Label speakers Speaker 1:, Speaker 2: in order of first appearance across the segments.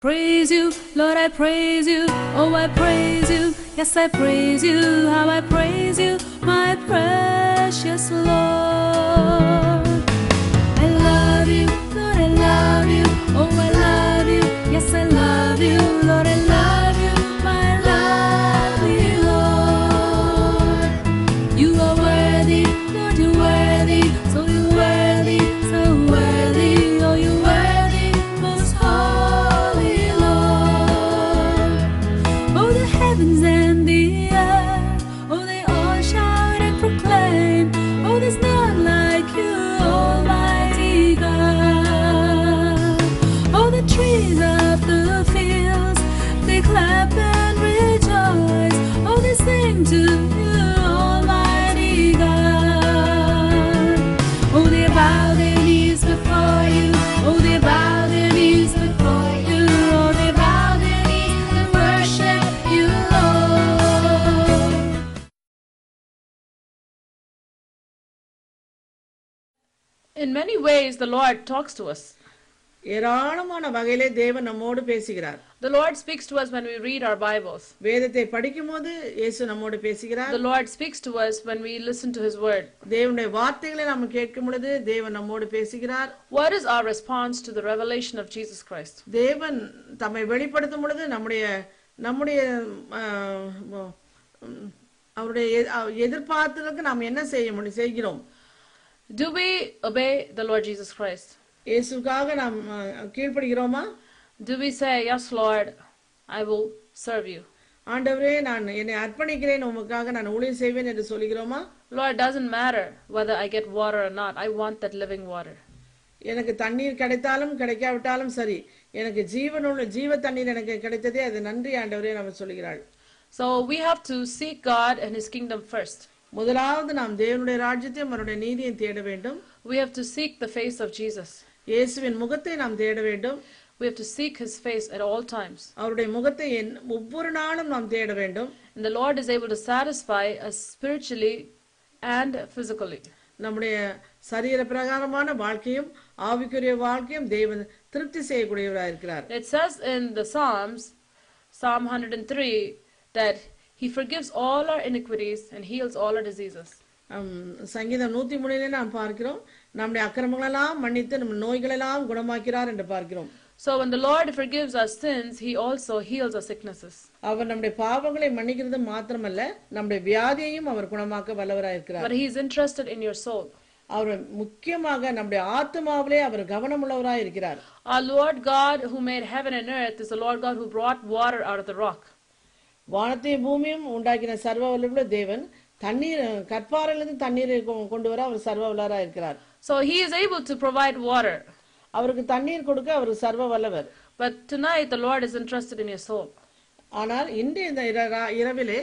Speaker 1: Praise you, Lord, I praise you. Oh, I praise you. Yes, I praise you. How I praise you, my precious Lord. I love you, Lord, I love you. Oh, I love you. Yes, I love you, Lord, I love you, my lovely Lord. You are worthy, Lord, you're worthy. So you're worthy, so worthy. Oh, you're worthy, most holy Lord. Oh, the heavens and the earth, oh, they all shout and proclaim, Oh, there's none like you, Almighty God. Oh, the trees of the fields, they clap and rejoice, Oh, they sing to you, Almighty God. Oh, they bow their knees before you, Oh, they bow their knees before you, Oh, they bow their knees and worship you, Lord.
Speaker 2: In many ways, the Lord talks to us.
Speaker 3: ஏராளமான வகையிலே தேவன் நம்மோடு பேசுகிறார்
Speaker 2: The Lord speaks to us when we read our Bibles.
Speaker 3: வேதத்தை படிக்கும்போது இயேசு நம்மோடு பேசுகிறார்
Speaker 2: The Lord speaks to us when we listen to His Word.
Speaker 3: தேவனுடைய வார்த்தைகளை நாம் கேட்கும் பொழுது தேவன் நம்மோடு பேசுகிறார்
Speaker 2: What is our response to the revelation of Jesus Christ?
Speaker 3: தேவன் தம்மை வெளிப்படுத்தும் பொழுது நம்முடைய நம்முடைய ஆஹ், உம், அவருடைய எ- அவ- எதிர்பார்த்ததற்கு நாம் என்ன செய்ய முடியும் செய்கிறோம்
Speaker 2: Do we obey the Lord Jesus Christ?
Speaker 3: இயேசுக்காக நாம் ஆஹ், கீழ்ப்படுகிறோமா
Speaker 2: Do we say, Yes, Lord, I will serve you?
Speaker 3: ஆண்டவரே நான் என்னை அர்ப்பணிக்கிறேன் உமக்காக நான் ஊழியம் செய்வேன் என்று சொல்கிறோமா
Speaker 2: Lord, doesn't matter whether I get water or not. I want that living water.
Speaker 3: எனக்கு தண்ணீர் கிடைத்தாலும் கிடைக்காவிட்டாலும் சரி எனக்கு ஜீவனுள்ள ஜீவ தண்ணீர் எனக்கு கிடைத்ததே அது நன்றி ஆண்டவரே நம்ம சொல்கிறாள்
Speaker 2: So we have to seek God and His kingdom first.
Speaker 3: முதலாவது நாம் தேவனுடைய ராஜ்யத்தையும் அவருடைய நீதியையும் தேட வேண்டும்
Speaker 2: We have to seek the face of Jesus.
Speaker 3: இயேசுவின் முகத்தை நாம் தேட வேண்டும்
Speaker 2: We have to seek His face at all times.
Speaker 3: அவருடைய முகத்தை என்- ஒவ்வொரு நாளும் நாம் தேட வேண்டும்
Speaker 2: And the Lord is able to satisfy us spiritually and physically.
Speaker 3: நம்முடைய சரீர பிரகாரமான வாழ்க்கையும் ஆவிக்குரிய வாழ்க்கையும் தேவன் திருப்தி செய்யக்கூடியவராக இருக்கிறார்
Speaker 2: It says in the Psalms, Psalm 103, that He forgives all our iniquities and heals all our diseases.
Speaker 3: ஹம், சங்கீதம் நூத்தி மூணிலே நாம் பார்க்கிறோம் நம்முடைய அக்கிரமங்களெல்லாம் மன்னித்து நம் நோய்களெல்லாம் குணமாக்கிறார் என்று பார்க்கிறோம்
Speaker 2: So when the Lord forgives our sins, He also heals our sicknesses.
Speaker 3: அவர் நம்முடைய பாவங்களை மன்னிக்கிறது மாத்திரமல்ல நம்முடைய வியாதியையும் அவர் குணமாக்க வல்லவராக இருக்கிறார்
Speaker 2: But He is interested in your soul.
Speaker 3: அவர் முக்கியமாக நம்முடைய ஆத்மாவிலே அவர் கவனமுள்ளவராக இருக்கிறார்
Speaker 2: Our Lord God, who made heaven and earth, is the Lord God who brought water out of the rock.
Speaker 3: வானத்தையும் பூமியும் உண்டாக்கின சர்வ வல்லமுள்ள தேவன் தண்ணீர் கற்பாறையிலிருந்து தண்ணீரை கொ- கொண்டு வர அவர் சர்வ வல்லவராக இருக்கிறார்
Speaker 2: So He is able to provide water.
Speaker 3: அவருக்கு தண்ணீர் கொடுக்க அவர் சர்வ வல்லவர்
Speaker 2: But tonight, the Lord is interested in your soul.
Speaker 3: ஆனால் இன்றைய இந்த இர- ரா- இரவிலே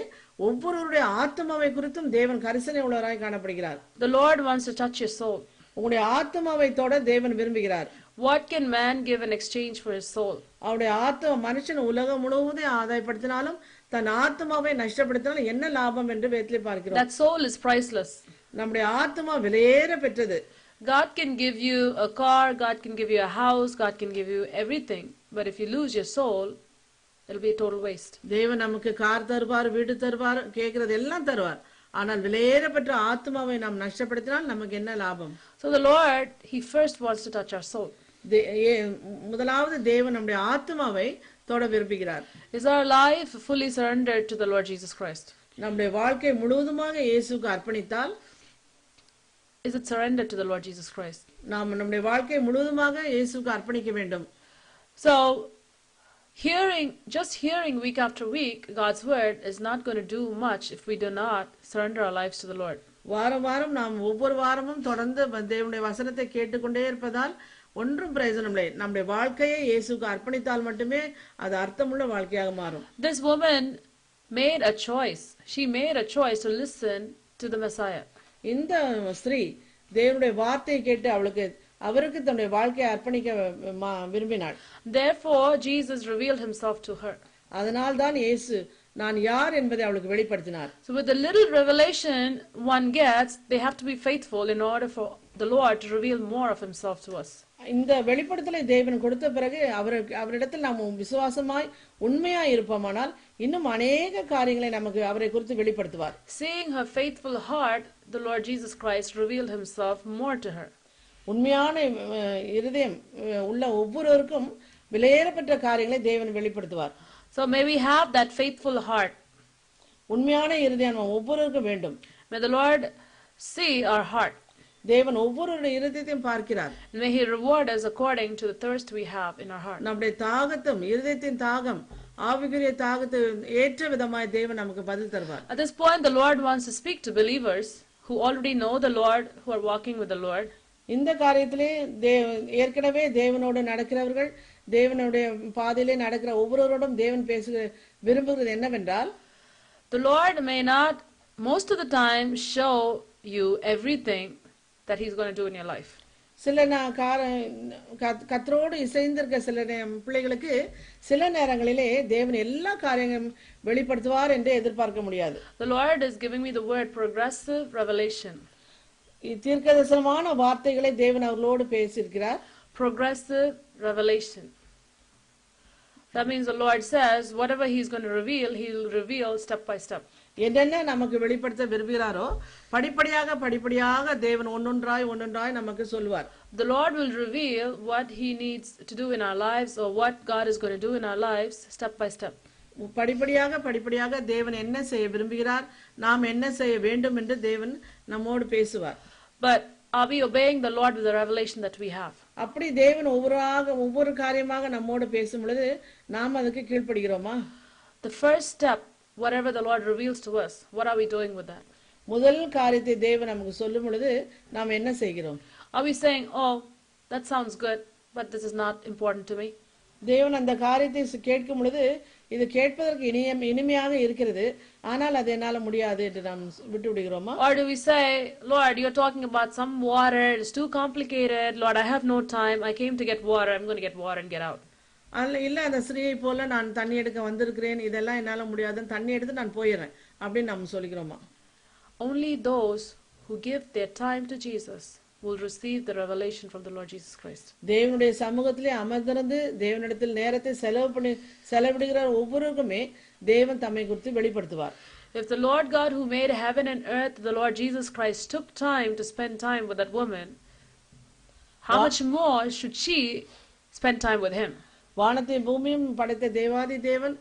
Speaker 3: ஒவ்வொருவருடைய ஆத்மாவை குறித்தும் தேவன் கரிசனை உள்ளவராய் காணப்படுகிறார்
Speaker 2: The Lord wants to touch your soul.
Speaker 3: உங்களுடைய ஆத்மாவை தொட தேவன் விரும்புகிறார்
Speaker 2: What can man give in exchange for his soul?
Speaker 3: அவருடைய ஆத்ம மனுஷன் உலகம் முழுவதும் ஆதாயப்படுத்தினாலும் தன் ஆத்மாவை நஷ்டப்படுத்தினாலும் என்ன லாபம் என்று வேத்திலே பார்க்கிறோம்
Speaker 2: That soul is priceless.
Speaker 3: நம்முடைய ஆத்மா விலையேற பெற்றது
Speaker 2: God can give you a car, God can give you a house, God can give you everything. But if you lose your soul, it'll be a total waste.
Speaker 3: தேவன் நமக்கு car தருவார் வீடு தருவார் கேட்கறது எல்லாம் தருவார் ஆனால் விலையேற பெற்ற ஆத்மாவை நாம் நஷ்டப்படுத்தினால் நமக்கு என்ன லாபம்
Speaker 2: So the Lord, He first wants to touch our soul.
Speaker 3: தே- ஏ- முதலாவது தேவன் நம்முடைய ஆத்மாவை தொட விரும்புகிறார்
Speaker 2: Is our life fully surrendered to the Lord Jesus Christ?
Speaker 3: நம்முடைய வாழ்க்கை முழுவதுமாக இயேசுக்கு அர்ப்பணித்தால்
Speaker 2: Is it surrendered to the Lord Jesus Christ?
Speaker 3: நாம் நம்முடைய வாழ்க்கை முழுவதுமாக இயேசுக்கு அர்ப்பணிக்க வேண்டும்
Speaker 2: So, hearing, just hearing week after week God's word is not going to do much if we do not surrender our lives to the Lord.
Speaker 3: வாரம் வாரம் நாம் ஒவ்வொரு வாரமும் தொடர்ந்து வ- தேவனுடைய வசனத்தை கேட்டுக்கொண்டே இருப்பதால் ஒன்றும் பிரயோஜனம் இல்லை நம்முடைய வாழ்க்கையை இயேசுக்கு அர்ப்பணித்தால் மட்டுமே அது அர்த்தமுள்ள வாழ்க்கையாக மாறும்
Speaker 2: This woman made a choice. She made a choice to listen to the Messiah.
Speaker 3: இந்த ஸ்திரீ தேவனுடைய வார்த்தையை கேட்டு அவளுக்கு அவருக்கு தன்னுடைய வாழ்க்கையை அர்ப்பணிக்க வ- மா- விரும்பினாள்
Speaker 2: Therefore, Jesus revealed himself to her.
Speaker 3: அதனால் தான் இயேசு நான் யார் என்பதை அவளுக்கு வெளிப்படுத்தினார்
Speaker 2: So, with the little revelation one gets, they have to be faithful in order for the Lord to reveal more of Himself to us.
Speaker 3: இந்த வெளிப்படுத்தலை தேவன் கொடுத்த பிறகு அவருக்கு அவரிடத்தில் நாம் விசுவாசமாய் உண்மையாய் இருப்போமானால் இன்னும் அநேக காரியங்களை நமக்கு அவரை குறித்து வெளிப்படுத்துவார்
Speaker 2: Seeing her faithful heart, the Lord Jesus Christ revealed Himself more to her.
Speaker 3: உண்மையான அஹ், இருதயம் அஹ், உள்ள ஒவ்வொருவருக்கும் விலையேறப்பட்ட காரியங்களை தேவன் வெளிப்படுத்துவார்
Speaker 2: So may we have that faithful heart.
Speaker 3: உண்மையான இருதயம் நம்ம ஒவ்வொருவருக்கும் வேண்டும்
Speaker 2: May the Lord see our heart.
Speaker 3: தேவன் ஒவ்வொருவருடைய இருதயத்தையும் பார்க்கிறார்
Speaker 2: And may He reward us according to the thirst we have in our heart.
Speaker 3: நம்முடைய தாகத்தும் இருதயத்தின் தாகம் ஆவிக்குரிய தாகத்தை ஏற்ற விதமாய் தேவன் நமக்கு பதில் தருவார்
Speaker 2: At this point, the Lord wants to speak to believers who already know the Lord, who are walking with the Lord.
Speaker 3: இந்த காரியத்திலே தேவ ஏற்கனவே தேவனோடு நடக்கிறவர்கள் தேவனுடைய பாதையிலே நடக்கிற ஒவ்வொருவரோடும் தேவன் பேசுகிற விரும்புகிறது என்னவென்றால்
Speaker 2: The Lord may not, most of the time, show you everything that He's going to do in your life.
Speaker 3: சில நான் கார கத்- கத்தரோடு இசைந்திருக்க சில நே- பிள்ளைகளுக்கு சில நேரங்களிலே தேவன் எல்லா காரியங்களும் வெளிப்படுத்துவார் என்று எதிர்பார்க்க முடியாது
Speaker 2: The Lord is giving me the word progressive revelation.
Speaker 3: இ- தீர்க்கதரிசனமான வார்த்தைகளை தேவன் அவர்களோடு பேசியிருக்கிறார்
Speaker 2: Progressive revelation. That means the Lord says, whatever He's going to reveal, He'll reveal step by step.
Speaker 3: என்னென்ன நமக்கு வெளிப்படுத்த விரும்புகிறாரோ படிப்படியாக படிப்படியாக தேவன் ஒன்னொன்றாய் ஒன்னொன்றாய் நமக்கு சொல்வார்
Speaker 2: The Lord will reveal what He needs to do in our lives or what God is going to do in our lives step by step.
Speaker 3: படிப்படியாக படிப்படியாக தேவன் என்ன செய்ய விரும்புகிறார் நாம் என்ன செய்ய வேண்டும் என்று தேவன் நம்மோடு பேசுவார்
Speaker 2: But are we obeying the Lord with the revelation that we have?
Speaker 3: அப்படி தேவன் ஒவ்வொருவராக ஒவ்வொரு காரியமாக நம்மோடு பேசும் பொழுது நாம் அதுக்கு கீழ்ப்படுகிறோமா
Speaker 2: The first step, whatever the Lord reveals to us, what are we doing with that?
Speaker 3: முதல் காரியத்தை தேவன் நமக்கு சொல்லும் பொழுது நாம் என்ன செய்கிறோம்
Speaker 2: Are we saying, oh, that sounds good, but this is not important to me?
Speaker 3: தேவன் அந்த காரியத்தை சு- கேட்கும் பொழுது இது கேட்பதற்கு இனிய இனிமையாக இருக்கிறது ஆனால் அது என்னால் முடியாது என்று நாம் சு- விட்டு விடுகிறோமா
Speaker 2: Or do we say, Lord, you're talking about some water, it's too complicated, Lord, I have no time, I came to get water, I'm going to get water and get out.
Speaker 3: அல்ல இல்லை அந்த ஸ்ரீயை போல நான் தண்ணி எடுக்க வந்திருக்கிறேன் இதெல்லாம் என்னால் முடியாதுன்னு தண்ணி எடுத்து நான் போயிடுறேன் அப்படின்னு நம்ம சொல்லிக்கிறோமா
Speaker 2: Only those who give their time to Jesus will receive the revelation from the Lord Jesus Christ.
Speaker 3: தேவனுடைய சமூகத்திலே அமர்ந்திருந்து தேவனிடத்தில் நேரத்தை செலவு பண்ணி செலவிடுகிற ஒவ்வொருவருக்குமே தேவன் தம்மை குறித்து வெளிப்படுத்துவார்
Speaker 2: If the Lord God who made heaven and earth, the Lord Jesus Christ, took time to spend time with that woman, how much more should she spend time with him?
Speaker 3: வானத்தை பூமியும் படைத்த தேவாதி தேவன்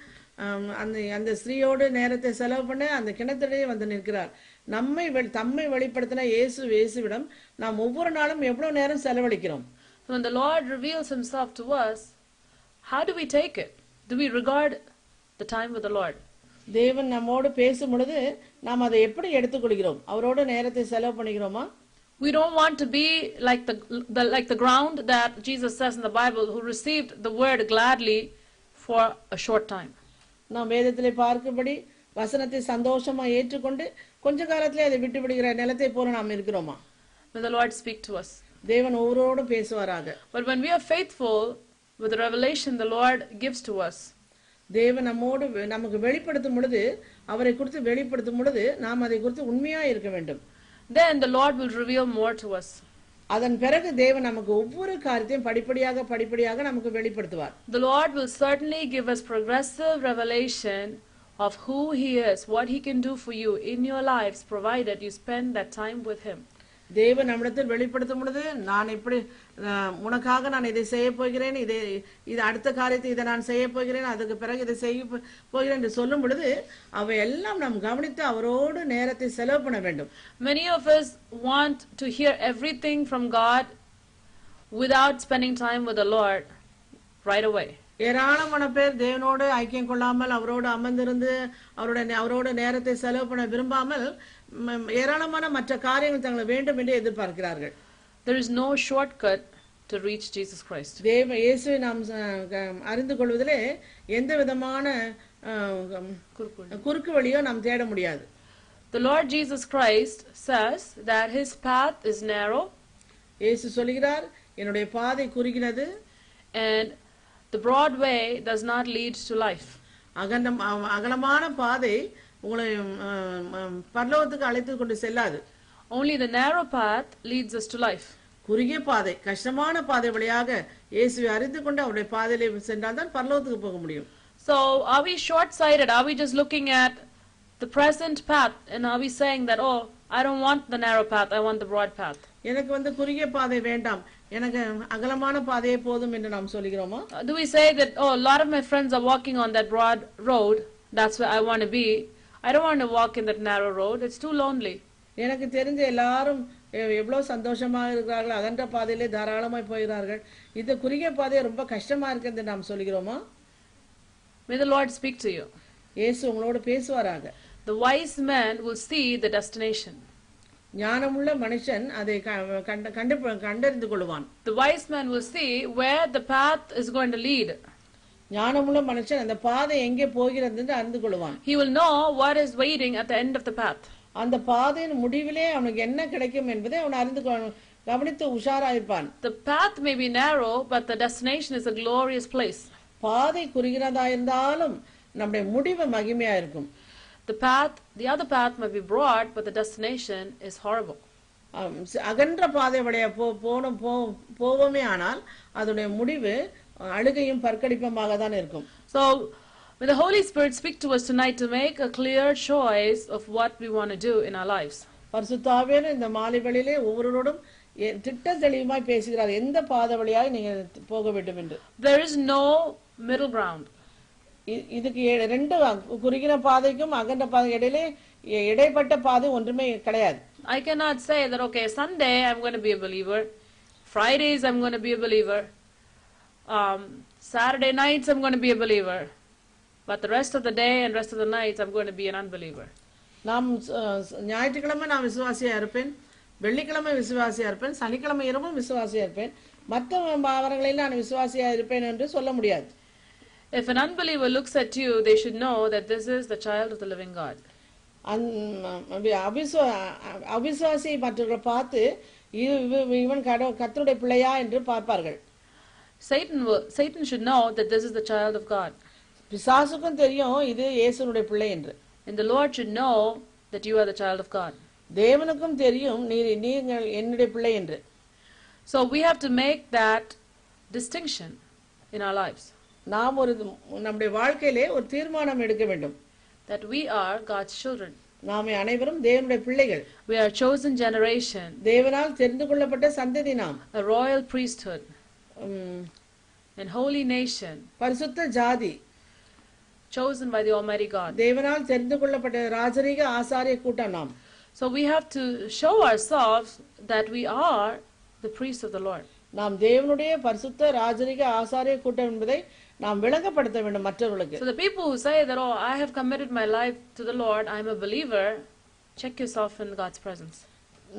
Speaker 3: ஆம், அந்த அந்த ஸ்ரீயோடு நேரத்தை செலவு பண்ண அந்த கிணத்திலேயே வந்து நிற்கிறார் நம்மை வெ- தம்மை வெளிப்படுத்தின இயேசு இயேசுவிடம் நாம் ஒவ்வொரு நாளும் எவ்வளவு நேரம் செலவழிக்கிறோம்
Speaker 2: So when the Lord reveals himself to us, how do we take it? Do we regard the time with the Lord?
Speaker 3: தேவன் நம்மோடு பேசும் பொழுது நாம் அதை எப்படி எடுத்துக்கொள்கிறோம் அவரோடு நேரத்தை செலவு பண்ணிக்கிறோமா
Speaker 2: We don't want to be like the, the like the ground that Jesus says in the Bible, who received the word gladly for a short time.
Speaker 3: நாம் வேதத்திலே பார்க்கும்படி வசனத்தை சந்தோஷமா ஏற்றுக்கொண்டு கொஞ்ச காலத்திலே அதை விட்டு விடுகிற நிலத்தை போல நாம் இருக்கிறோமா
Speaker 2: May the Lord speak to us.
Speaker 3: தேவன் ஒவ்வொருவரோடும் பேசுவாராக
Speaker 2: But when we are faithful with the revelation the Lord gives to us,
Speaker 3: தேவன் நம்மோடு வெ- நமக்கு வெளிப்படுத்தும் பொழுது அவரை குறித்து வெளிப்படுத்தும் பொழுது நாம் அதை குறித்து உண்மையா இருக்க வேண்டும்
Speaker 2: then the Lord will reveal more to us.
Speaker 3: அதன் பிறகு தேவன் நமக்கு ஒவ்வொரு காரியத்தையும் படிப்படியாக படிப்படியாக நமக்கு வெளிப்படுத்துவார்
Speaker 2: The Lord will certainly give us progressive revelation of who He is, what He can do for you in your lives, provided you spend that time with Him.
Speaker 3: தேவன் நம்மிடத்தில் வெளிப்படுத்தும் பொழுது நான் இப்படி அஹ், உனக்காக நான் இதை செய்ய போகிறேன் இதை இது அடுத்த காரியத்தை இதை நான் செய்ய போகிறேன் அதுக்கு பிறகு இதை செய்ய போ- போகிறேன் என்று சொல்லும் பொழுது அவை எல்லாம் நாம் கவனித்து அவரோடு நேரத்தை செலவு பண்ண வேண்டும்
Speaker 2: Many of us want to hear everything from God without spending time with the Lord right away.
Speaker 3: ஏராளமான பேர் தேவனோடு ஐக்கியம் கொள்ளாமல் அவரோடு அமர்ந்திருந்து அவரோட நே- அவரோட நேரத்தை செலவு பண்ண விரும்பாமல் ம், ஏராளமான மற்ற காரியங்கள் தங்களை வேண்டும் என்று எதிர்பார்க்கிறார்கள்
Speaker 2: There is no shortcut to reach Jesus Christ.
Speaker 3: தேவ இயேசுவை நாம் அஹ், க- அறிந்து கொள்வதிலே எந்த விதமான அஹ், குறுக்கு வழியோ நாம் தேட முடியாது
Speaker 2: The Lord Jesus Christ says that his path is narrow
Speaker 3: இயேசு சொல்கிறார் என்னுடைய பாதை குறுகினது
Speaker 2: and the broad way does not lead to life.
Speaker 3: அகண்டம் அ- அகலமான பாதை உங்களை ம், ம், பரலோகத்துக்கு அழைத்து கொண்டு செல்லாது
Speaker 2: Only the narrow path leads us to life.
Speaker 3: குறுகிய பாதை கஷ்டமான பாதை வழியாக இயேசுவை அறிந்து கொண்டு அவருடைய பாதையிலே சென்றால் தான் பரலோகத்துக்கு போக முடியும்
Speaker 2: So, are we short sighted? Are we just looking at the present path and are we saying that, oh, I don't want the narrow path, I want the broad path?
Speaker 3: எனக்கு வந்து குறுகிய பாதை வேண்டாம் எனக்கு அகலமான பாதையே போதும் என்று நாம் சொல்லுகிறோமா
Speaker 2: Uh, Do we say that, oh, a lot of my friends are walking on that broad road, that's where I want to be? I don't want to walk in that narrow road, it's too lonely.
Speaker 3: எனக்கு தெரிஞ்ச எல்லாரும் எ- எவ்வளவு சந்தோஷமாக இருக்கிறார்கள் அகன்ற பாதையிலே தாராளமாய் போகிறார்கள் இந்த குறுகிய பாதை ரொம்ப கஷ்டமா இருக்கு என்று நாம் சொல்லுகிறோமா
Speaker 2: May the Lord speak to you.
Speaker 3: இயேசு உங்களோடு பேசுவாராக
Speaker 2: The wise man will see the destination.
Speaker 3: ஞானமுள்ள மனுஷன் அதை க- கண்ட கண்டு கண்டறிந்து கொள்வான்
Speaker 2: The wise man will see where the path is going to lead.
Speaker 3: ஞானமுள்ள மனுஷன் அந்த பாதை எங்கே போகிறது என்று அறிந்து கொள்வான்
Speaker 2: He will know what is waiting at the end of the path.
Speaker 3: அந்த பாதையின் முடிவிலே அவனுக்கு என்ன கிடைக்கும் என்பதை அவன் அறிந்து கொள்- கவனித்து உஷாராயிருப்பான்
Speaker 2: The path may be narrow, but the destination is a glorious place.
Speaker 3: பாதை குறுகினதா இருந்தாலும் நம்முடைய முடிவு மகிமையா இருக்கும்
Speaker 2: The path, the other path might be broad, but the destination is horrible.
Speaker 3: ஆம், சி- அகன்ற பாதை வழியா போ போனோம் போ போவோமே ஆனால் அதனுடைய முடிவு அஹ், அழுகையும் பற்கடிப்புமாக தான் இருக்கும்
Speaker 2: So, may the Holy Spirit speak to us tonight to make a clear choice of what we want to do in our lives.
Speaker 3: பரிசுத்தாவியான இந்த மாலை வேளையிலே ஒவ்வொருவரோடும் எ- திட்ட தெளிவுமாய் பேசுகிறார் எந்த பாதை வழியாக நீங்க போக வேண்டும் என்று
Speaker 2: There is no middle ground.
Speaker 3: இ- இதுக்கு ஏ- ரெண்டு அ- குறுகின பாதைக்கும் அகன்ற பாதை இடையிலே எ- இடைப்பட்ட பாதை ஒன்றுமே கிடையாது
Speaker 2: I cannot say that, okay, Sunday I'm going to be a believer, Fridays I'm going to be a believer, um, Saturday nights I'm going to be a believer, but the rest of the day and rest of the nights I'm going to be an unbeliever.
Speaker 3: நாம் ச- ச- ஞாயிற்றுக்கிழமை நான் விசுவாசியா இருப்பேன் வெள்ளிக்கிழமை விசுவாசியா இருப்பேன் சனிக்கிழமை இரவும் விசுவாசியா இருப்பேன் மற்ற வாரங்களில் நான் விசுவாசியா இருப்பேன் என்று சொல்ல முடியாது
Speaker 2: If an unbeliever looks at you, they should know that this is the child of the living God.
Speaker 3: அந் அபி- அபிசுவ அ- அவிசுவாசியை மற்றவர்களை பார்த்து இவ- இவ- இவன் கட கத்தருடைய பிள்ளையா என்று பார்ப்பார்கள்
Speaker 2: Satan will, Satan should know that this is the child of God,
Speaker 3: பிசாசுக்கும் தெரியும் இது இயேசுனுடைய பிள்ளை என்று
Speaker 2: and the Lord should know that you are the child of God.
Speaker 3: தேவனுக்கும் தெரியும் நீ நீங்கள் என்னுடைய பிள்ளை என்று
Speaker 2: So we have to make that distinction in our lives
Speaker 3: நாம் ஒரு நம்முடைய வாழ்க்கையிலே ஒரு தீர்மானம் எடுக்க வேண்டும்
Speaker 2: that we are God's children.
Speaker 3: நாம் அனைவரும் தேவனுடைய பிள்ளைகள்
Speaker 2: We are a chosen generation,
Speaker 3: தேவனால் தெரிந்து கொள்ளப்பட்ட சந்ததி நாம்
Speaker 2: a royal priesthood,
Speaker 3: um,
Speaker 2: an holy nation,
Speaker 3: பரிசுத்த ஜாதி
Speaker 2: chosen by the Almighty God.
Speaker 3: தேவனால் தெரிந்து கொள்ளப்பட்ட ராஜரீக ஆசாரிய கூட்டம் நாம்
Speaker 2: So we have to show ourselves that we are the priests of the Lord.
Speaker 3: நாம் தேவனுடைய பரிசுத்த ராஜரீக ஆசாரிய கூட்டம் என்பதை நாம் விளங்கப்படுத்த வேண்டும் மற்றவர்களுக்கு
Speaker 2: So the people who say that, oh, I have committed my life to the Lord, I'm a believer, check yourself in God's presence.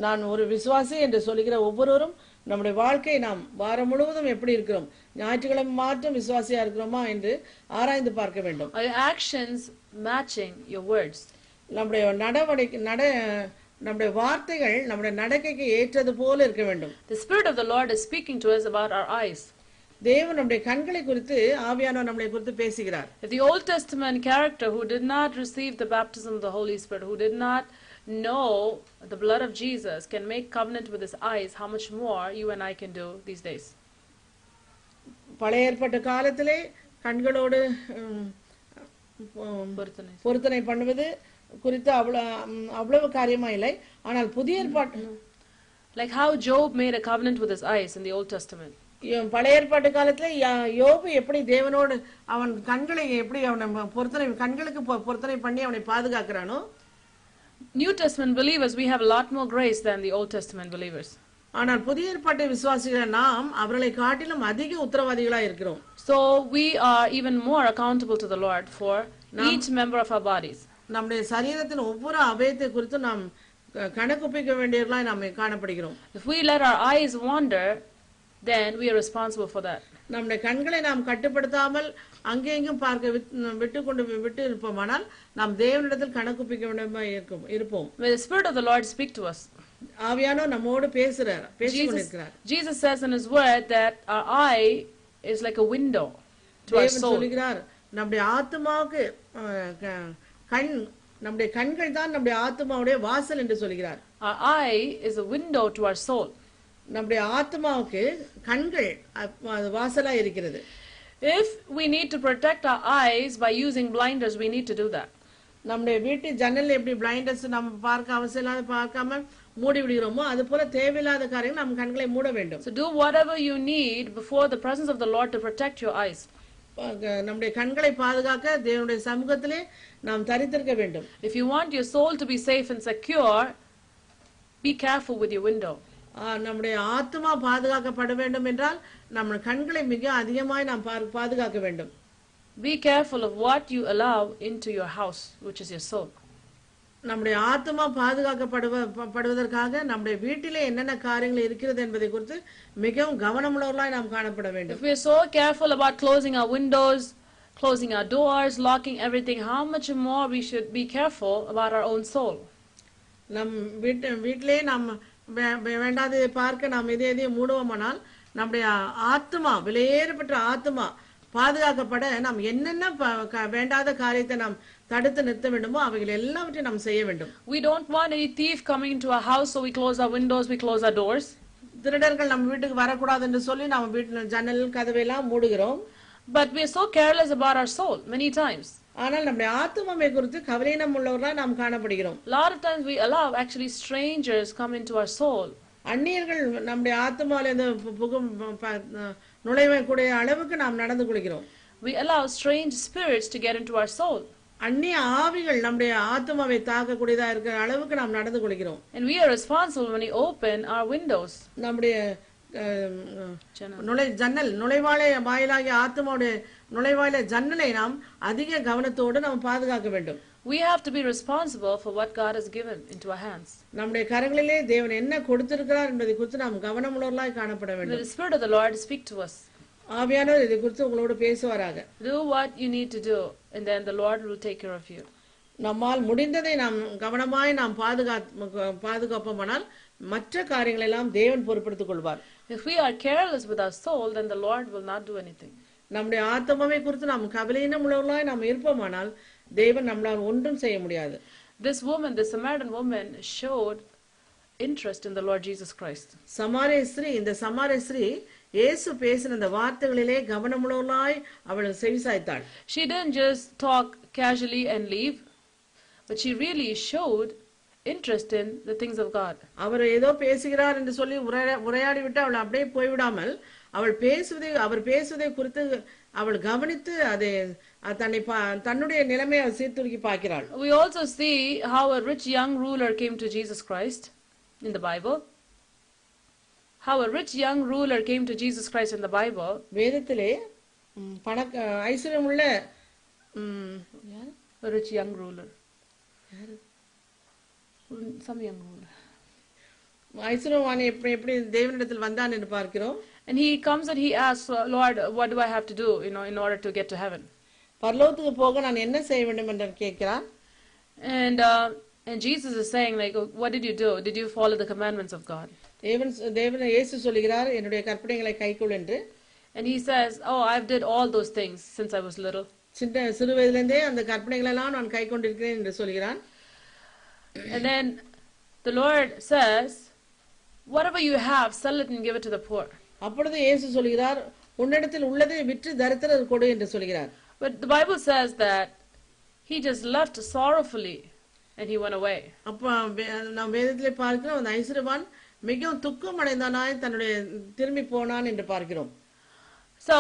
Speaker 3: நான் ஒரு விசுவாசி என்று சொல்லுகிற ஒவ்வொருவரும் நம்முடைய வாழ்க்கை நாம் வாரம் முழுவதும் எப்படி இருக்கிறோம் ஞாயிற்றுக்கிழமை மாற்றம் விசுவாசியா இருக்கிறோமா என்று ஆராய்ந்து பார்க்க வேண்டும்
Speaker 2: Are your actions matching your words?
Speaker 3: நம்முடைய நடவடிக்கை நட நம்முடைய வார்த்தைகள் நம்முடைய நடக்கைக்கு ஏற்றது போல இருக்க வேண்டும்
Speaker 2: The Spirit of the Lord is speaking to us about our eyes.
Speaker 3: தேவன் நம்முடைய கண்களை குறித்து ஆவியானவர் நம்மளை குறித்து பேசுகிறார்
Speaker 2: If the Old Testament character who did not receive the baptism of the Holy Spirit, who did not know the blood of Jesus, can make covenant with his eyes, how much more you and I can do these days?
Speaker 3: பழைய ஏற்பட்ட காலத்திலே கண்களோடு உம், உம்,
Speaker 2: Purthane.
Speaker 3: பொருத்தனை பண்ணுவது குறித்து அவ்வளவு அவ்வளவு காரியமா இல்லை ஆனால் புதிய ஏற்பாட்டு
Speaker 2: Like how Job made a covenant with his eyes in the Old Testament.
Speaker 3: இவன் பழைய ஏற்பாட்டு காலத்துல யா- யோபு எப்படி தேவனோடு அவன் கண்களை எப்படி அவனை பொருத்தனை கண்களுக்கு பொ- பொருத்தனை பண்ணி அவனை பாதுகாக்கிறானோ
Speaker 2: New Testament believers, we have a lot more grace than the Old Testament believers.
Speaker 3: ஆனால் புதிய ஏற்பாட்டை விசுவாசிக்கிற நாம் அவர்களை காட்டிலும் அதிக உத்தரவாதிகளா இருக்கிறோம்
Speaker 2: So we are even more accountable to the Lord for each member of our bodies.
Speaker 3: நம்முடைய சரீரத்தின் ஒவ்வொரு அவயத்தை குறித்து நாம் க- கணக்குப்பிக்க வேண்டியவர்களாய் நாம் காணப்படுகிறோம்
Speaker 2: If we let our eyes wander, then we are responsible for that.
Speaker 3: நம்முடைய கண்களை நாம் கட்டுப்படுத்தாமல் அங்கேயும் பார்க்க விட்- விட்டு கொண்டு விட்டு இருப்போமானால் நாம் தேவனிடத்தில் கணக்குப்பிக்க வேண்டுமா இருக்கும் இருப்போம்
Speaker 2: May the Spirit of the Lord speak to us.
Speaker 3: ஆவியானோ நம்மோடு பேசுறார் பேசிக் கொண்டிருக்கிறார்
Speaker 2: Jesus says in His Word that our eye is like a window to our
Speaker 3: தேவன்
Speaker 2: soul.
Speaker 3: சொல்லுகிறார் நம்முடைய ஆத்மாவுக்கு அஹ், க- கண் நம்முடைய கண்கள் தான் நம்முடைய ஆத்மாவுடைய வாசல் என்று சொல்கிறார்
Speaker 2: Our eye is a window to our soul.
Speaker 3: நம்முடைய ஆத்மாவுக்கு கண்கள் அப்- அது வாசலா இருக்கிறது
Speaker 2: If we need to protect our eyes by using blinders, we need to do that.
Speaker 3: நம்முடைய வீட்டு ஜன்னல் எப்படி பிளைண்டர்ஸ் நம்ம பார்க்க அவசியம் இல்லாத பார்க்காம மூடி விடுகிறோமோ அது போல தேவையில்லாத காரியங்கள் நம்ம கண்களை மூட வேண்டும்
Speaker 2: So do whatever you need before the presence of the Lord to protect your eyes.
Speaker 3: அஹ் நம்முடைய கண்களை பாதுகாக்க தேவனுடைய சமூகத்திலே நாம் தரித்திருக்க வேண்டும்
Speaker 2: If you want your soul to be safe and secure, be careful with your window.
Speaker 3: ஆஹ் நம்முடைய ஆத்மா பாதுகாக்கப்பட வேண்டும் என்றால் நம்ம கண்களை மிக அதிகமாய் நாம் பார்- பாதுகாக்க வேண்டும்
Speaker 2: Be careful of what you allow into your house, which is your soul.
Speaker 3: நம்முடைய ஆத்மா பாதுகாக்கப்படுவ ப- படுவதற்காக நம்முடைய வீட்டிலே என்னென்ன காரியங்கள் இருக்கிறது என்பதை குறித்து மிகவும் கவனமுள்ளவர்களாய் நாம் காணப்பட வேண்டும்
Speaker 2: If we're so careful about closing our windows, closing our doors, locking everything, how much more we should be careful about our own soul.
Speaker 3: நம் வீட்டு வீட்டிலே நாம் வே- வே- வேண்டாததை பார்க்க நாம் எதை எதையும் மூடுவோமானால் நம்முடைய ஆத்மா விலையேறப்பட்ட ஆத்மா பாதுகாக்கப்பட நாம் என்னென்ன ப- க- வேண்டாத காரியத்தை நாம் தடுத்து நிறுத்த வேண்டுமோ அவைகள் எல்லாவற்றையும் நாம் செய்ய வேண்டும்
Speaker 2: We don't want any thief coming into our house, so we close our windows, we close our doors.
Speaker 3: திருடர்கள் நம்ம வீட்டுக்கு வரக்கூடாது என்று சொல்லி நம்ம வீட்டில் ஜன்னல் கதவையெல்லாம் மூடுகிறோம்
Speaker 2: But we're so careless about our soul many times.
Speaker 3: ஆனால் நம்முடைய ஆத்மாவை குறித்து கவலையினம் உள்ளவர்களாக நாம் காணப்படுகிறோம்
Speaker 2: A lot of times we allow actually strangers come into our soul.
Speaker 3: அந்நியர்கள் நம்முடைய ஆத்மாவில் இந்த பு- புகும் ப- ப- நுழையக்கூடிய அளவுக்கு நாம் நடந்து கொள்கிறோம்
Speaker 2: We allow strange spirits to get into our soul.
Speaker 3: அந்நிய ஆவிகள் நம்முடைய ஆத்மாவை தாக்கக்கூடியதா இருக்கிற அளவுக்கு நாம் நடந்து கொள்கிறோம்
Speaker 2: And we are responsible when we open our windows.
Speaker 3: நம்முடைய அஹ், நுழை ஜன்னல் நுழைவாலை வாயிலாகிய ஆத்மாவுடைய நுழைவாயில ஜன்னலை நாம் அதிக கவனத்தோடு நாம் பாதுகாக்க வேண்டும்
Speaker 2: We have to be responsible for what God has given into our hands.
Speaker 3: நம்முடைய கரங்களிலே தேவன் என்ன கொடுத்திருக்கிறார் என்பதை குறித்து நாம் கவனமுள்ளவர்களாய் காணப்பட
Speaker 2: May
Speaker 3: வேண்டும்
Speaker 2: the Spirit of the Lord speak to us.
Speaker 3: ஆவியானவர் இதை குறித்து உங்களோடு பேசுவாராக
Speaker 2: Do what you need to do, and then the Lord will take care of you.
Speaker 3: நம்மால் முடிந்ததை நாம் கவனமாய் நாம் பாதுகா பாதுகாப்போமானால் மற்ற காரியங்களை எல்லாம் தேவன் பொறுப்படுத்திக் கொள்வார்
Speaker 2: If we are careless with our soul, then the Lord will not do anything.
Speaker 3: நம்முடைய ஆத்மாவை குறித்து நாம் கவலையினம் உள்ளவர்களாய் நாம் இருப்போமானால் தேவன் நம்மளால் ஒன்றும் செய்ய முடியாது
Speaker 2: This woman, the Samaritan woman, showed interest in the Lord Jesus Christ.
Speaker 3: சமாரேஸ்ரீ இந்த சமாரேஸ்ரீ இயேசு பேசின இந்த வார்த்தைகளிலே கவனமுள்ளவர்களாய் அவள் செவிசாய்த்தாள்
Speaker 2: She didn't just talk casually and leave, but she really showed interest in the things of God.
Speaker 3: அவர் ஏதோ பேசுகிறார் என்று சொல்லி உரையா- உரையாடிவிட்டு அவள் அப்படியே போய்விடாமல் அவள் பேசுவதை அவர் பேசுவதை குறித்து அவள் கவனித்து அதை அஹ், தன்னை பா- தன்னுடைய நிலைமையை அவள் சீர்தூக்கி பார்க்கிறாள்
Speaker 2: We also see how a rich young ruler came to Jesus Christ in the Bible. How a rich young ruler came to Jesus Christ in the Bible.
Speaker 3: வேதத்திலே ம், பணக்க ஐஸ்வர்யமுள்ள ம், யார்?
Speaker 2: A rich young ruler. Mm, Some young ruler.
Speaker 3: ஐஸ்வர்யவான் எப்படி எப்படி தேவனிடத்தில் வந்தான் என்று பார்க்கிறோம்
Speaker 2: And he comes and he asks, uh, Lord, what do I have to do, you know, in order to get to heaven?
Speaker 3: பரலோகத்துக்கு போக நான் என்ன செய்ய வேண்டும் என்று கேட்கிறான்
Speaker 2: And uh, and Jesus is saying, like, what did you do? Did you follow the commandments of God?
Speaker 3: தேவன் தேவன் இயேசு சொல்கிறார் என்னுடைய கற்பனைகளை கைக்கொள் என்று
Speaker 2: And he says, oh, I've did all those things since I was little.
Speaker 3: சின்ன சிறு வயதிலிருந்தே அந்த கற்பனைகளெல்லாம் நான் கை கொண்டிருக்கிறேன் என்று சொல்கிறான்
Speaker 2: And then the Lord says, whatever you have, sell it and give it to the poor.
Speaker 3: அப்பொழுது இயேசு சொல்கிறார் உன்னிடத்தில் உள்ளதை விற்று தரித்திரர் கொடு என்று சொல்கிறார்
Speaker 2: But the Bible says that he just left sorrowfully and he went away.
Speaker 3: அப்ப வே- நாம் வேதத்திலே பார்க்கிறோம் அந்த ஐஸ்வர்யவான் மிகவும் துக்கம் அடைந்தானாய் தன்னுடைய திரும்பி போனான் என்று பார்க்கிறோம்
Speaker 2: So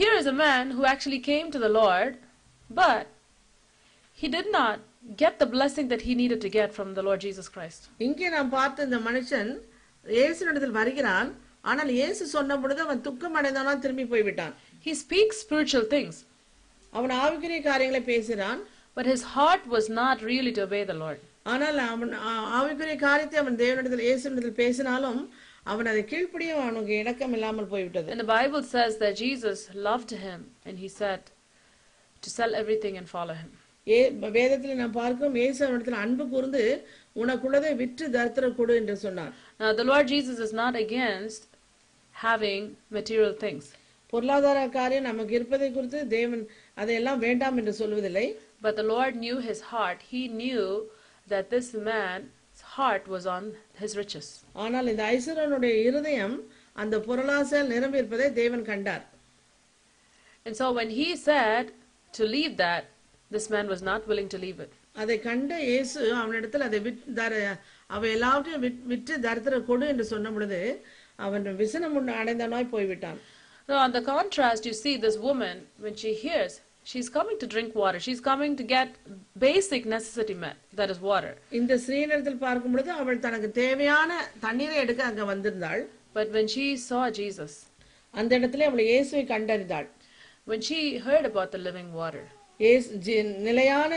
Speaker 2: here is a man who actually came to the Lord, but he did not get the blessing that he needed to get from the Lord Jesus Christ.
Speaker 3: இங்கே நாம் பார்த்த இந்த மனுஷன் இயேசுனிடத்தில் வருகிறான் ஆனால் இயேசு சொன்ன பொழுது அவன் துக்கம் அடைந்தானா திரும்பி போய்விட்டான்
Speaker 2: He speaks spiritual things,
Speaker 3: அவன் ஆவிக்குரிய காரியங்களை பேசுகிறான்
Speaker 2: but his heart was not really to obey the Lord.
Speaker 3: ஆனால் அவன் ஆ- ஆவிக்குரிய காரியத்தை அவன் தேவனிடத்தில் இயேசுனிடத்தில் பேசினாலும் அவன் அதை கீழ்ப்படிய அவனுக்கு இணக்கம் இல்லாமல் போய்விட்டது
Speaker 2: And the Bible says that Jesus loved him and he said to sell everything and follow him.
Speaker 3: ஏ வேதத்தில் நாம் பார்க்கிறோம் இயேசு அவனிடத்தில் அன்பு கூர்ந்து உனக்குள்ளதை விற்று தரித்திர கொடு என்று சொன்னார்
Speaker 2: Now, the Lord Jesus is not against having material things,
Speaker 3: பொருளாதார காரியம் நமக்கு இருப்பதை குறித்து தேவன் அதையெல்லாம் வேண்டாம் என்று சொல்வதில்லை
Speaker 2: but the Lord knew his heart. He knew that this man's heart was on his riches.
Speaker 3: ஆனால் இந்த ஐஸ்வரனுடைய இருதயம் அந்த பொருளாசையால் நிரம்பியிருப்பதை தேவன் கண்டார்
Speaker 2: And so when he said to leave that, this man was not willing to leave it.
Speaker 3: அதை கண்ட இயேசு அவனிடத்தில் அதை விட் தர அவ எல்லாவற்றையும் விட் விற்று தரித்திர கொடு என்று சொன்ன பொழுது அவன் விசனம் உண்டு அடைந்தவனாய் போய்விட்டான்
Speaker 2: Now, on the contrast, you see this woman, when she hears, she's coming to drink water. She's coming to get basic necessity met, that is water.
Speaker 3: இந்த ஸ்ரீனிடத்தில் பார்க்கும் பொழுது அவள் தனக்கு தேவையான தண்ணீரை எடுக்க அங்க வந்திருந்தாள்
Speaker 2: But when she saw Jesus,
Speaker 3: அந்த இடத்துல அவள் இயேசுவை கண்டறிந்தாள்
Speaker 2: when she heard about the living water,
Speaker 3: இயேசு ஜீ- நிலையான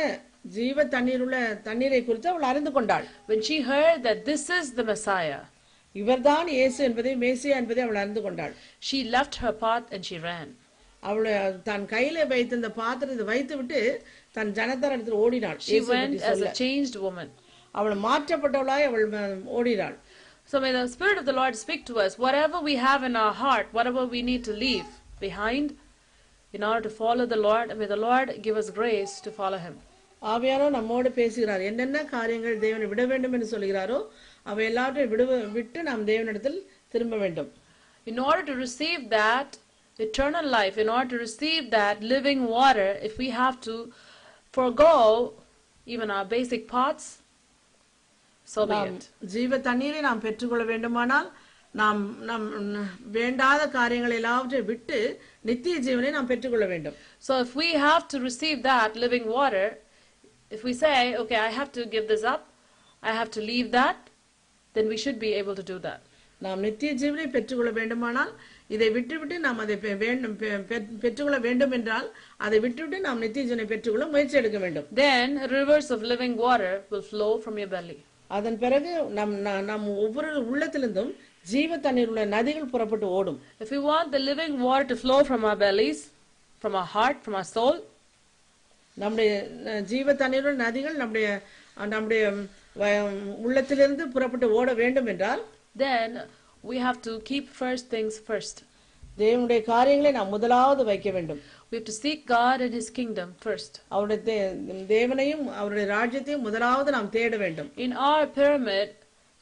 Speaker 3: ஜீவ தண்ணீருள்ள தண்ணீரை குறித்து அவள் அறிந்து கொண்டாள்
Speaker 2: when she heard that this is the Messiah,
Speaker 3: இவர்தான் இயேசு என்பதை மேசியா என்பதை அவள் அறிந்து கொண்டாள்
Speaker 2: she left her pot and she ran.
Speaker 3: அவளை தன் கையில வைத்திருந்த பாத்திரத்தை வைத்துவிட்டு தன் ஜனத்தார் இடத்துல ஓடினாள்
Speaker 2: She went as a changed woman.
Speaker 3: அவள் மாற்றப்பட்டவளாய் அவள் ம- ஓடினாள்
Speaker 2: So may the Spirit of the Lord speak to us. Whatever we have in our heart, whatever we need to leave behind in order to follow the Lord, may the Lord give us grace to follow Him.
Speaker 3: ஆவியானோ நம்மோடு பேசுகிறார் என்னென்ன காரியங்கள் தேவனை விட வேண்டும் என்று சொல்கிறாரோ அவை எல்லாவற்றையும் விடுவ விட்டு நாம் தேவனிடத்தில் திரும்ப வேண்டும்
Speaker 2: In order to receive that eternal life, in order to receive that living water, if we have to forego even our basic parts, so be
Speaker 3: நாம்
Speaker 2: it.
Speaker 3: ஜீவ தண்ணீரை நாம் பெற்றுக்கொள்ள வேண்டுமானால் நாம் நம் வேண்டாத காரியங்களை எல்லாவற்றையும் விட்டு நித்திய ஜீவனை நாம் பெற்றுக்கொள்ள வேண்டும்
Speaker 2: So if we have to receive that living water, if we say, okay, I have to give this up, I have to leave that, then we should be able to do that.
Speaker 3: நாம் நித்திய ஜீவனை பெற்றுக்கொள்ள வேண்டுமானால் இதை விட்டுவிட்டு நாம் அதை பெ- வேண்டும் பெ- பெ- பெற்றுக்கொள்ள வேண்டும் என்றால் அதை விட்டுவிட்டு நாம் நித்திய ஜீவனை பெற்றுக்கொள்ள முயற்சி எடுக்க வேண்டும்
Speaker 2: Then rivers of living water will flow from your belly.
Speaker 3: அதன் பிறகு நம் ந- நம் ஒவ்வொரு உள்ளத்திலிருந்தும் ஜீவ தண்ணீர் உள்ள நதிகள் புறப்பட்டு ஓடும்
Speaker 2: If we want the living water to flow from our bellies, from our heart, from our soul,
Speaker 3: நம்முடைய அஹ், ஜீவ தண்ணீர் உள்ள நதிகள் நம்முடைய அஹ், நம்முடைய உம், வ- உள்ளத்திலிருந்து புறப்பட்டு ஓட வேண்டும் என்றால்
Speaker 2: then we have to keep first things first.
Speaker 3: தேவனுடைய காரியங்களை நாம் முதலாவது வைக்க வேண்டும்
Speaker 2: We have to seek God and His kingdom first.
Speaker 3: அவருடைய தே- தேவனையும் அவருடைய ராஜ்யத்தையும் முதலாவது நாம் தேட வேண்டும்
Speaker 2: In our pyramid,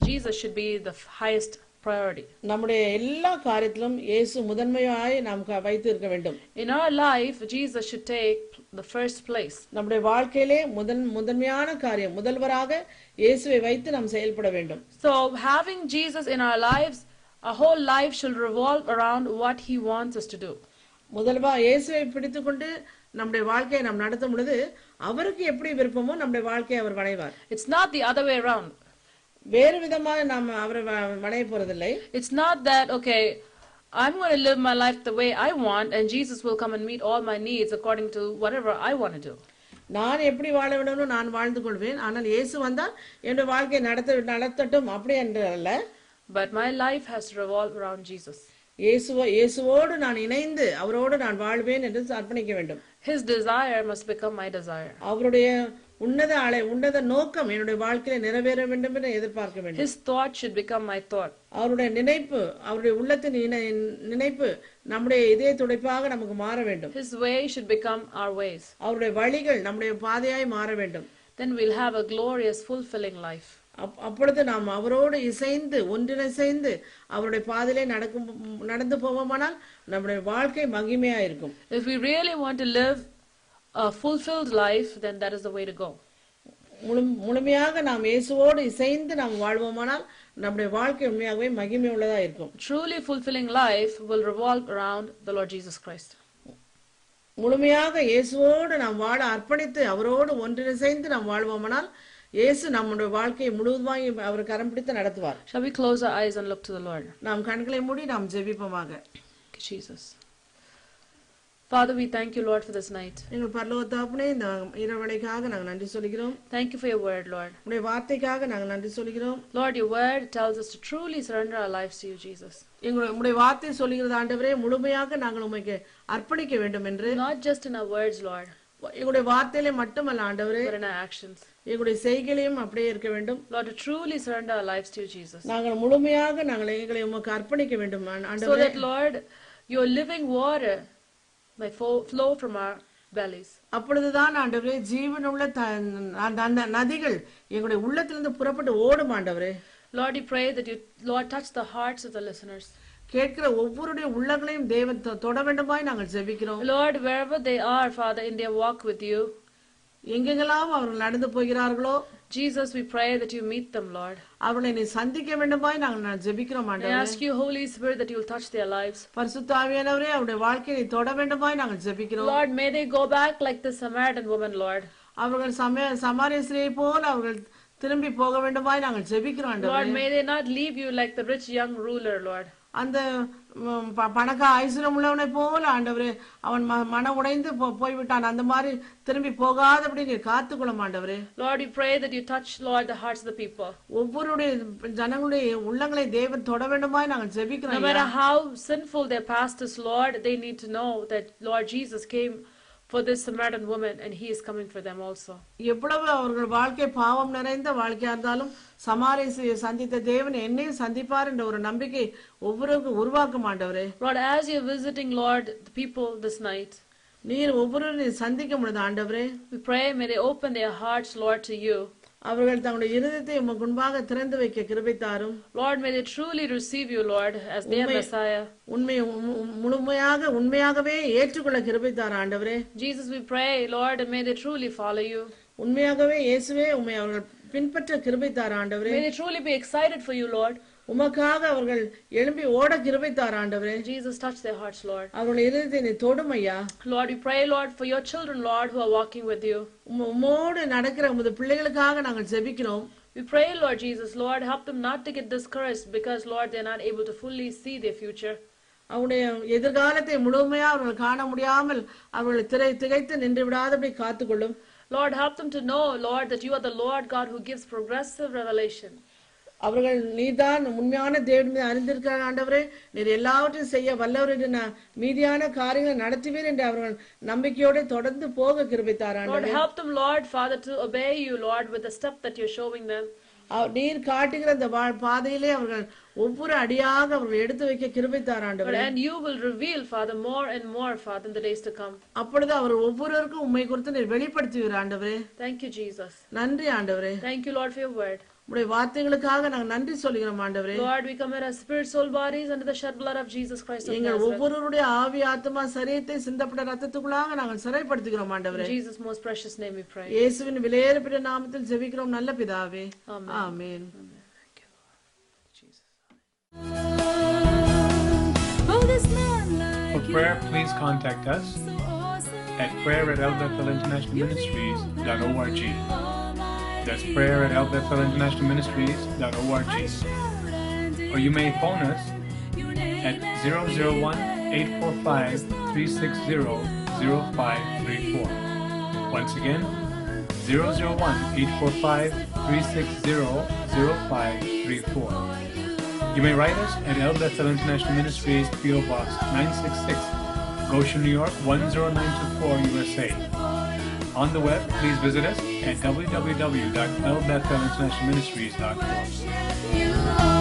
Speaker 2: Jesus should be the f- highest priority.
Speaker 3: நம்முடைய எல்லா காரியத்திலும் இயேசு முதன்மையாய் நாம் க- வைத்து இருக்க வேண்டும்
Speaker 2: In our life, Jesus should take the first place.
Speaker 3: நம்முடைய வாழ்க்கையிலே முதன் முதன்மையான காரியம் முதல்வராக இயேசுவை வைத்து நாம் செயல்பட வேண்டும்
Speaker 2: So, having Jesus in our lives, our whole life should revolve around what He wants us to do.
Speaker 3: முதல்வா இயேசுவை பிடித்துக்கொண்டு நம்முடைய வாழ்க்கையை நாம் நடத்தும் பொழுது அவருக்கு எப்படி விருப்பமோ நம்முடைய வாழ்க்கையை அவர் வணைவார்
Speaker 2: It's not the other way around.
Speaker 3: வேறு விதமாக நாம் அவரை வ- வணைய போறதில்லை
Speaker 2: It's not that, okay, I'm going to live my life the way I want, and Jesus will come and meet all my needs according to whatever I want to do.
Speaker 3: நான் எப்படி வாழ வேண்டுமோ நான் வாழ்ந்து கொள்வேன் ஆனால் இயேசு வந்தால் என்னுடைய வாழ்க்கையை நடத்த நடத்தட்டும் அப்படி என்று அல்ல
Speaker 2: But my life has to revolve around Jesus.
Speaker 3: இயேசுவோ இயேசுவோடு நான் இணைந்து அவரோடு நான் வாழ்வேன் என்று அர்ப்பணிக்க வேண்டும்
Speaker 2: His desire must become my desire.
Speaker 3: அவருடைய உன்னத அலை உன்னத நோக்கம் என்னுடைய வாழ்க்கையில நிறைவேற வேண்டும் என்று எதிர்பார்க்க வேண்டும்
Speaker 2: His thought should become my thought.
Speaker 3: அவருடைய நினைப்பு அவருடைய உள்ளத்தின் இணை- நினைப்பு நம்முடைய இதய துடைப்பாக நமக்கு மாற வேண்டும்
Speaker 2: His way should become our ways.
Speaker 3: அவருடைய வழிகள் நம்முடைய பாதையாய் மாற வேண்டும்
Speaker 2: Then we'll have a glorious, fulfilling life.
Speaker 3: அப்- அப்பொழுது நாம் அவரோடு இசைந்து ஒன்றிணைந்து அவருடைய பாதையிலே நடக்கும் நடந்து போவோமானால் நம்முடைய வாழ்க்கை மகிமையா இருக்கும்
Speaker 2: If we really want to live a fulfilled life, then that is the way to go.
Speaker 3: முழு முழுமையாக நாம் இயேசுவோடு இசைந்து நாம் வாழ்வோமானால் நம்முடைய வாழ்க்கை உண்மையாகவே மகிமை உள்ளதா இருக்கும்
Speaker 2: A truly fulfilling life will revolve around the Lord Jesus Christ.
Speaker 3: முழுமையாக இயேசுவோடு நாம் வாழ அர்ப்பணித்து அவரோடு ஒன்றிணைந்து நாம் வாழ்வோமானால் இயேசு நம்முடைய வாழ்க்கையை முழுவதுமாய் அவர் கரம் பிடித்து நடத்துவார்
Speaker 2: Shall we close our eyes and look to the Lord?
Speaker 3: நாம் கண்களை மூடி நாம் ஜெபிப்போமாக
Speaker 2: Okay, Jesus. Father, we thank you, Lord, for this night.
Speaker 3: எங்கள் பரலோகத்தாப்புனே இந்த இரவலைக்காக நாங்கள் நன்றி சொல்கிறோம்
Speaker 2: Thank you for your word, Lord.
Speaker 3: உடைய வார்த்தைக்காக நாங்கள் நன்றி சொல்கிறோம்
Speaker 2: Lord, your word tells us to truly surrender our lives to you, Jesus.
Speaker 3: எங்களுடைய உங்களுடைய வார்த்தை சொல்கிறது ஆண்டவரே முழுமையாக நாங்கள் உமக்கு அர்ப்பணிக்க வேண்டும் என்று
Speaker 2: Not just in our words, Lord,
Speaker 3: எங்களுடைய வார்த்தையிலே மட்டுமல்ல ஆண்டவரே
Speaker 2: but in our actions.
Speaker 3: எங்களுடைய செய்கையிலையும் அப்படியே இருக்க வேண்டும்
Speaker 2: Lord, to truly surrender our lives to you, Jesus.
Speaker 3: நாங்கள் முழுமையாக நாங்கள் எங்களை உமக்கு அர்ப்பணிக்க வேண்டும் ஆண்டவரே
Speaker 2: So that, Lord, your living water may fo- flow from our bellies.
Speaker 3: அப்பொழுதுதான் ஆண்டவரே ஜீவனுள்ள த- அந்த அந்த நதிகள் எங்களுடைய உள்ளத்திலிருந்து புறப்பட்டு ஓடும் ஆண்டவரே
Speaker 2: Lord, we pray that you, Lord, touch the hearts of the listeners.
Speaker 3: கேட்கிற ஒவ்வொருடைய உள்ளங்களையும் தேவன் தொ- தொட வேண்டுமாய் நாங்கள் ஜெபிக்கிறோம்
Speaker 2: Lord, wherever they are, Father, in their walk with you,
Speaker 3: எங்கெங்கெல்லாம் அவர்கள் நடந்து போகிறார்களோ
Speaker 2: Jesus, we pray that you meet them, Lord.
Speaker 3: அவர்களை நீ சந்திக்க வேண்டுமாய் நாங்கள் நான் ஜெபிக்கிறோம்
Speaker 2: I
Speaker 3: ஆண்டவரே
Speaker 2: ask you, Holy Spirit, that you'll touch their lives.
Speaker 3: பரிசுத்தாவியானவரே அவருடைய வாழ்க்கையை நீ தொட வேண்டுமாய் நாங்கள் ஜெபிக்கிறோம்
Speaker 2: Lord, may they go back like the Samaritan woman, Lord.
Speaker 3: அவர்கள் சமய சமாரியஸ்ரீயை போல் அவர்கள் திரும்பி போக வேண்டுமாய் நாங்கள் ஜெபிக்கிறோம் ஆண்டவரே
Speaker 2: Lord, may they not leave you like the rich young ruler, Lord.
Speaker 3: அந்த ம், ப- பணக்க ஐஸ்வரம் உள்ளவனை போல ஆண்டவரே அவன் ம- மனம் உடைந்து போ- போய்விட்டான் அந்த மாதிரி திரும்பி போகாதபடி நீ காத்துக்கொள்ளும் ஆண்டவரே
Speaker 2: Lord, we pray that you touch, Lord, the hearts of the people.
Speaker 3: ஒவ்வொருடைய ஜனங்களுடைய உள்ளங்களை தேவன் தொட வேண்டுமாய் நாங்கள்
Speaker 2: No
Speaker 3: ஜெபிக்கிறோம்
Speaker 2: matter how sinful their past is, Lord, they need to know that Lord Jesus came for this Samaritan woman and he is coming for them also.
Speaker 3: எவ்வளவு அவர்கள் வாழ்க்கை பாவம் நிறைந்த வாழ்க்கையா இருந்தாலும் சமாரேசியை சந்தித்த தேவன் என்னையும் சந்திப்பார் என்ற ஒரு நம்பிக்கை ஒவ்வொருவருக்கும் உருவாக்கும் ஆண்டவரே
Speaker 2: Lord, as you're visiting, Lord, the people this night,
Speaker 3: நீர் ஒவ்வொருவரையும் சந்திக்க முடியுது ஆண்டவரே
Speaker 2: we pray may they open their hearts, Lord, to you.
Speaker 3: அவர்கள் தங்களுடைய இருதயத்தை உமக்கு முன்பாக திறந்து வைக்க கிருபை தாரும்
Speaker 2: Lord, may they truly receive you, Lord, as their Messiah.
Speaker 3: உண்மை முழுமையாக உண்மையாகவே ஏற்றுக்கொள்ள கிருபை தாரும் ஆண்டவரே
Speaker 2: Jesus, we pray, Lord, and may they truly follow you.
Speaker 3: உண்மையாகவே இயேசுவே உண்மை அவர்கள் பின்பற்ற கிருபை தாரும் ஆண்டவரே
Speaker 2: May they truly be excited for you, Lord.
Speaker 3: உமக்காக அவர்கள் எழும்பி ஓட கிருபை தாரும் ஆண்டவரே
Speaker 2: Jesus, touch their hearts, Lord.
Speaker 3: அவர்கள் இருதயத்தை நீ தொடும் ஐயா
Speaker 2: Lord, we pray, Lord, for your children, Lord, who are walking with you.
Speaker 3: உம்ம- உம்மோடு நடக்கிற உமது பிள்ளைகளுக்காக நாங்கள் ஜெபிக்கிறோம்
Speaker 2: We pray, Lord Jesus, Lord, help them not to get discouraged because, Lord, they're not able to fully see their future.
Speaker 3: அவருடைய எதிர்காலத்தை முழுமையா அவர்கள் காண முடியாமல் அவர்களை திரை திகைத்து நின்று விடாதபடி காத்துக்கொள்ளும்
Speaker 2: Lord, help them to know, Lord, that you are the Lord God who gives progressive revelation.
Speaker 3: அவர்கள் நீதான் உண்மையான தேவன் மீது அறிந்திருக்கிற ஆண்டவரே நீர் எல்லாவற்றையும் செய்ய வல்லவர் என்று நான் மீதியான காரியங்களை நடத்துவீர் என்று அவர்கள் நம்பிக்கையோடு தொடர்ந்து போக கிருபித்தார்
Speaker 2: Lord,
Speaker 3: ஆண்டவரே
Speaker 2: help them, Lord, Father, to obey you, Lord, with the step that you're showing them.
Speaker 3: அவர் நீர் காட்டுகிற அந்த வா- பாதையிலே அவர்கள் ஒவ்வொரு அடியாக அவர்கள் எடுத்து வைக்க கிருபித்தார்
Speaker 2: But,
Speaker 3: ஆண்டவரே
Speaker 2: and you will reveal, Father, more and more, Father, in the days to come.
Speaker 3: அப்பொழுது அவர் ஒவ்வொருவருக்கும் உண்மை குறித்து நீர் வெளிப்படுத்துவீர் ஆண்டவரே
Speaker 2: Thank you, Jesus.
Speaker 3: நன்றி ஆண்டவரே
Speaker 2: Thank you, Lord, for your word.
Speaker 3: உடைய வார்த்தைகளுக்காக நாங்கள் நன்றி சொல்கிறோம் ஆண்டவரே
Speaker 2: Lord, we commit our spirit, soul, bodies under the shed blood of Jesus Christ of
Speaker 3: எங்கள்
Speaker 2: Nazareth.
Speaker 3: ஒவ்வொருவருடைய ஆவி ஆத்மா சரீரத்தை சிந்தப்பட்ட ரத்தத்துக்குள்ளாக நாங்கள் சிறைப்படுத்துகிறோம்
Speaker 2: In
Speaker 3: ஆண்டவரே
Speaker 2: Jesus' most precious name we pray.
Speaker 3: இயேசுவின் விலையேறப்பட்ட நாமத்தில் ஜெபிக்கிறோம் நல்ல பிதாவே
Speaker 2: Amen.
Speaker 3: Amen
Speaker 2: Thank you, Lord. Jesus.
Speaker 1: Oh, there's none like
Speaker 4: For
Speaker 1: you,
Speaker 4: prayer, please
Speaker 1: Lord.
Speaker 4: contact us
Speaker 1: So awesome
Speaker 4: at
Speaker 1: and
Speaker 4: prayer at El
Speaker 1: kind.
Speaker 4: Bethel International
Speaker 1: You're the
Speaker 4: Ministries.org.
Speaker 1: Oh, all-powerful,
Speaker 4: That's prayer at El Bethel International
Speaker 1: I
Speaker 4: Ministries.org.
Speaker 1: shout and
Speaker 4: Or you may phone
Speaker 1: declare
Speaker 4: us
Speaker 1: your name
Speaker 4: at 001 845 360 0534. Once again, 001 845 360 0534. You may write us at El Bethel International Ministries, PO Box 966, Goshen, New York 10924, USA. On the web, please E visit us at www.elbethelinternalministries.org.
Speaker 1: Worship you, Lord.